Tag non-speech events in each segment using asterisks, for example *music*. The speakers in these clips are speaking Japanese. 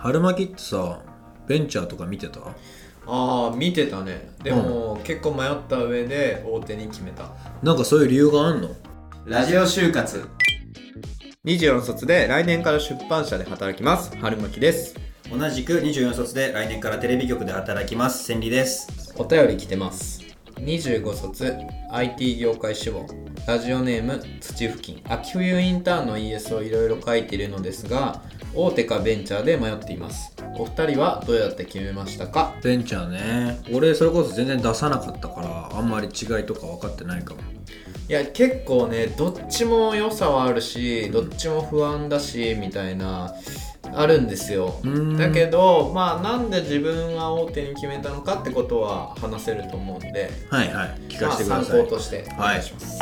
春巻きってさベンチャーとか見てたああ見てたねでも、結構迷った上で大手に決めたなんかそういう理由があんのラジオ就活24卒で来年から出版社で働きます春巻です同じく24卒で来年からテレビ局で働きます千里ですお便り来てます25卒 IT 業界志望ラジオネーム土付近秋冬インターンの ES をいろいろ書いているのですが大手かベンチャーで迷っていますお二人はどうやって決めましたかベンチャーね俺それこそ全然出さなかったからあんまり違いとか分かってないかもいや結構ねどっちも良さはあるしどっちも不安だしみたいなあるんですよんだけどまあなんで自分は大手に決めたのかってことは話せると思うんではいはい聞まかあせてくだ参さい、考としてお願いします、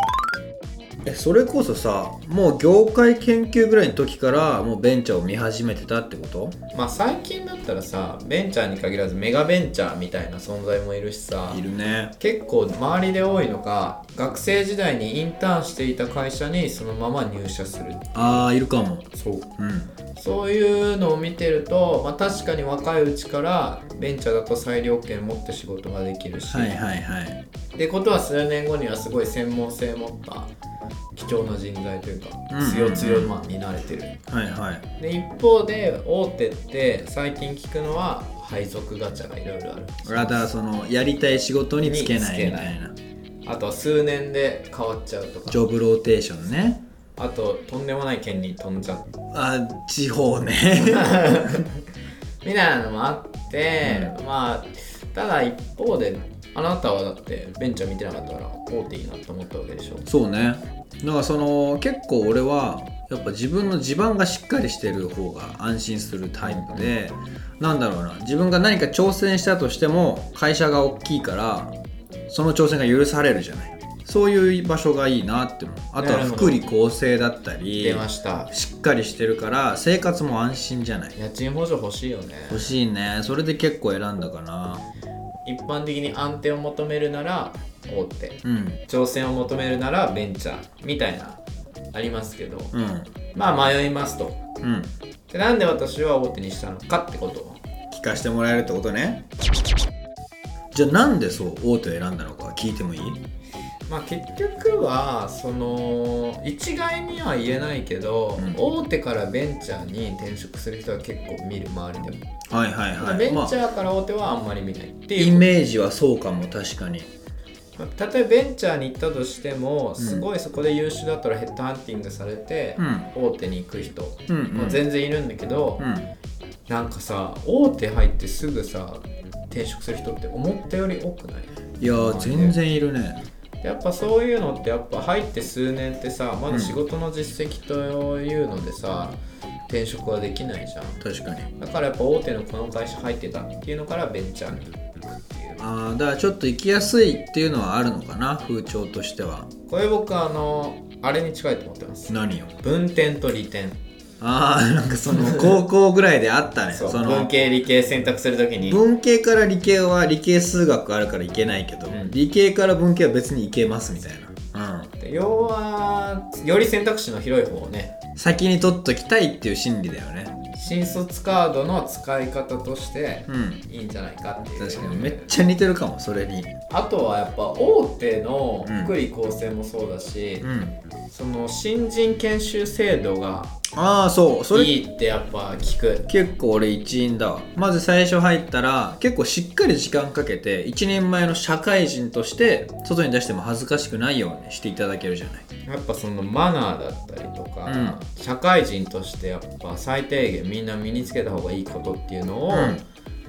えそれこそさもう業界研究ぐらいの時からもうベンチャーを見始めてたってことまあ最近だったらさベンチャーに限らずメガベンチャーみたいな存在もいるしさいるね結構周りで多いのが学生時代にインターンしていた会社にそのまま入社するあーいるかもそううんそういうのを見てると、まあ、確かに若いうちからベンチャーだと裁量権持って仕事ができるし、はいはいはいってことは数年後にはすごい専門性持った貴重な人材というかうんうんうん強強マンになれてるはいはいで一方で大手って最近聞くのは配属ガチャがいろいろあるだからそのやりたい仕事につけないみたいなあとは数年で変わっちゃうとかジョブローテーションねあととんでもない県に飛んじゃうあ地方ね *laughs* みたいなのもあって、まあただ一方であなたはだってベンチャー見てなかったから大手いいなと思ったわけでしょ *laughs* そうねだからその結構俺はやっぱ自分の地盤がしっかりしてる方が安心するタイプでなんだろうな自分が何か挑戦したとしても会社が大きいからその挑戦が許されるじゃないそういう場所がいいなって思うあとはなるほど福利厚生だったり出ましたしっかりしてるから生活も安心じゃない家賃補助欲しいよね欲しいねそれで結構選んだかな一般的に安定を求めるなら大手うん挑戦を求めるならベンチャーみたいなありますけどうんまあ迷いますとうんでなんで私は大手にしたのかってことを聞かせてもらえるってことねじゃあなんでそう大手を選んだのか聞いてもいいまあ結局はその一概には言えないけど、うん大手からベンチャーに転職する人は結構見る周りでも、はいはいただベンチまあャーから大手はあんまり見ないってイいう、メージはそうかも確かにまあ例えばベンチャーに行ったとしてもすごいそこで優秀だったらヘッドハンティングされて、ん大手に行く人うんうもん全然いるんだけど、なんかさ大手入ってすぐさ転職する人って思ったより多くないいやー全然いるねやっぱそういうのってやっぱ入って数年ってさまだ仕事の実績というのでさ、転職はできないじゃん確かにだからやっぱ大手のこの会社入ってたっていうのからベンチャーに行くっていうあーだからちょっと行きやすいっていうのはあるのかな風潮としてはこれ僕あのあれに近いと思ってます何よ文転と利点あーなんかそ *laughs* の高校ぐらいであったねそうその文系理系選択するときに文系から理系は理系数学あるからいけないけど、うん理系から文系は別にいけますみたいな、う要はより選択肢の広い方をねん、先に取っときたいっていう心理だよね新卒カードの使い方としてうんいいんじゃないかっていう確かにめっちゃ似てるかもそれにあとはやっぱ大手の福利厚生もそうだし、うんその新人研修制度がああそうそれいいってやっぱ聞く結構俺一員だわまず最初入ったら結構しっかり時間かけて一人前の社会人として外に出しても恥ずかしくないようにしていただけるじゃないやっぱそのマナーだったりとか、うん社会人としてやっぱ最低限みんな身につけた方がいいことっていうのを、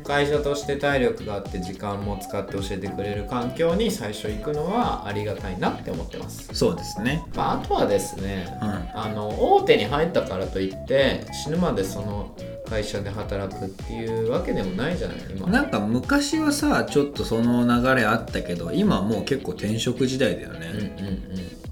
会社として体力があって時間も使って教えてくれる環境に最初行くのはありがたいなって思ってます、そうですねまあ、あとはですね、うんあの大手に入ったからといって死ぬまでその会社で働くっていうわけでもないじゃない今なんか昔はさちょっとその流れあったけど今はもう結構転職時代だようんうんね、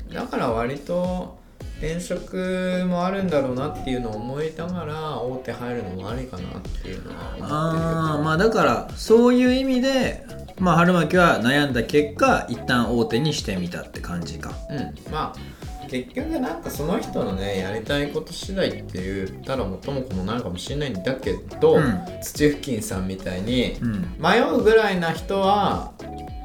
うんだから割と転職もあるんだろうなっていうのを思いながら大手入るのもありかなっていうのは思ってるけどああまあだからそういう意味でまあ春巻は悩んだ結果一旦大手にしてみたって感じかうんまあ結局なんかその人のねやりたいこと次第って言ったら元も子もないかもしれないんだけど、うん土付近さんみたいにうん迷うぐらいな人は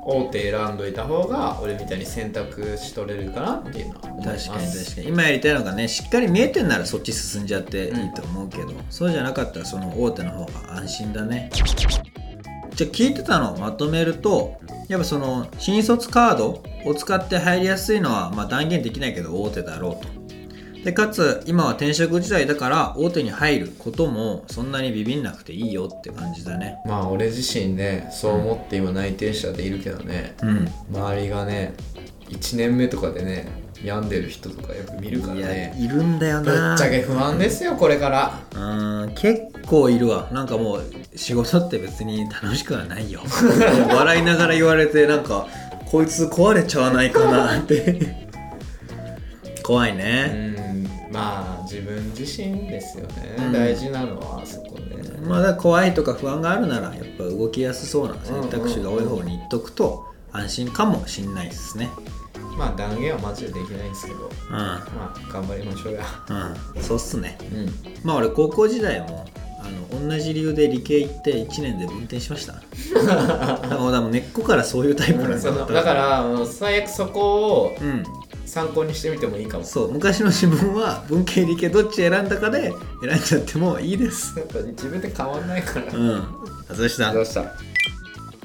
大手選んどいた方が俺みたいに選択しとれるかなっていうのは思いま確すかに確かに今やりたいのがねしっかり見えてんならそっち進んじゃっていいと思うけど、そうじゃなかったらその大手の方が安心だねじゃあ聞いてたのをまとめるとやっぱその新卒カードを使って入りやすいのは、まあ、断言できないけど大手だろうとでかつ今は転職時代だから大手に入ることもそんなにビビんなくていいよって感じだねまあ俺自身ねそう思って今内定者でいるけどね、うん周りがね1年目とかでね病んでる人とかよく見るからいやねいるんだよぶなっちゃけ不安ですよこれからうーん結構いるわなんかもう仕事って別に楽しくはないよ *laughs* 笑いながら言われてなんかこいつ壊れちゃわないかなって *laughs* 怖いうね、んまあ自分自身ですよね、うん大事なのはそこで、まあだから怖いとか不安があるならやっぱ動きやすそうな選択肢が多い方にいっとくと安心かもしんないですねまあ断言はマジでできないんですけどうんまあ頑張りましょうやうんそうっすねうんまあ俺高校時代もあの同じ理由で理系行って1年で運転しました *laughs* だからもうだからもう根っこからそういうタイプなんだそのだからもう最悪そこをうん参考にしてみてもいいかもそう昔の自分は文系理系どっち選んだかで選んじゃってもいいですやっぱ自分で変わんないからうん外したどうした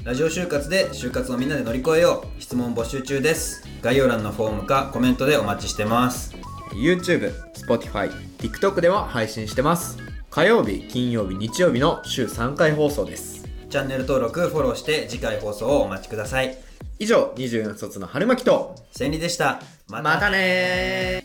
ラジオ就活で就活をみんなで乗り越えよう質問募集中です概要欄のフォームかコメントでお待ちしてます YouTube、Spotify、TikTok では配信してます火曜日、金曜日、日曜日の週3回放送ですチャンネル登録フォローして次回放送をお待ちください以上24卒の春巻きと千里でしたまねー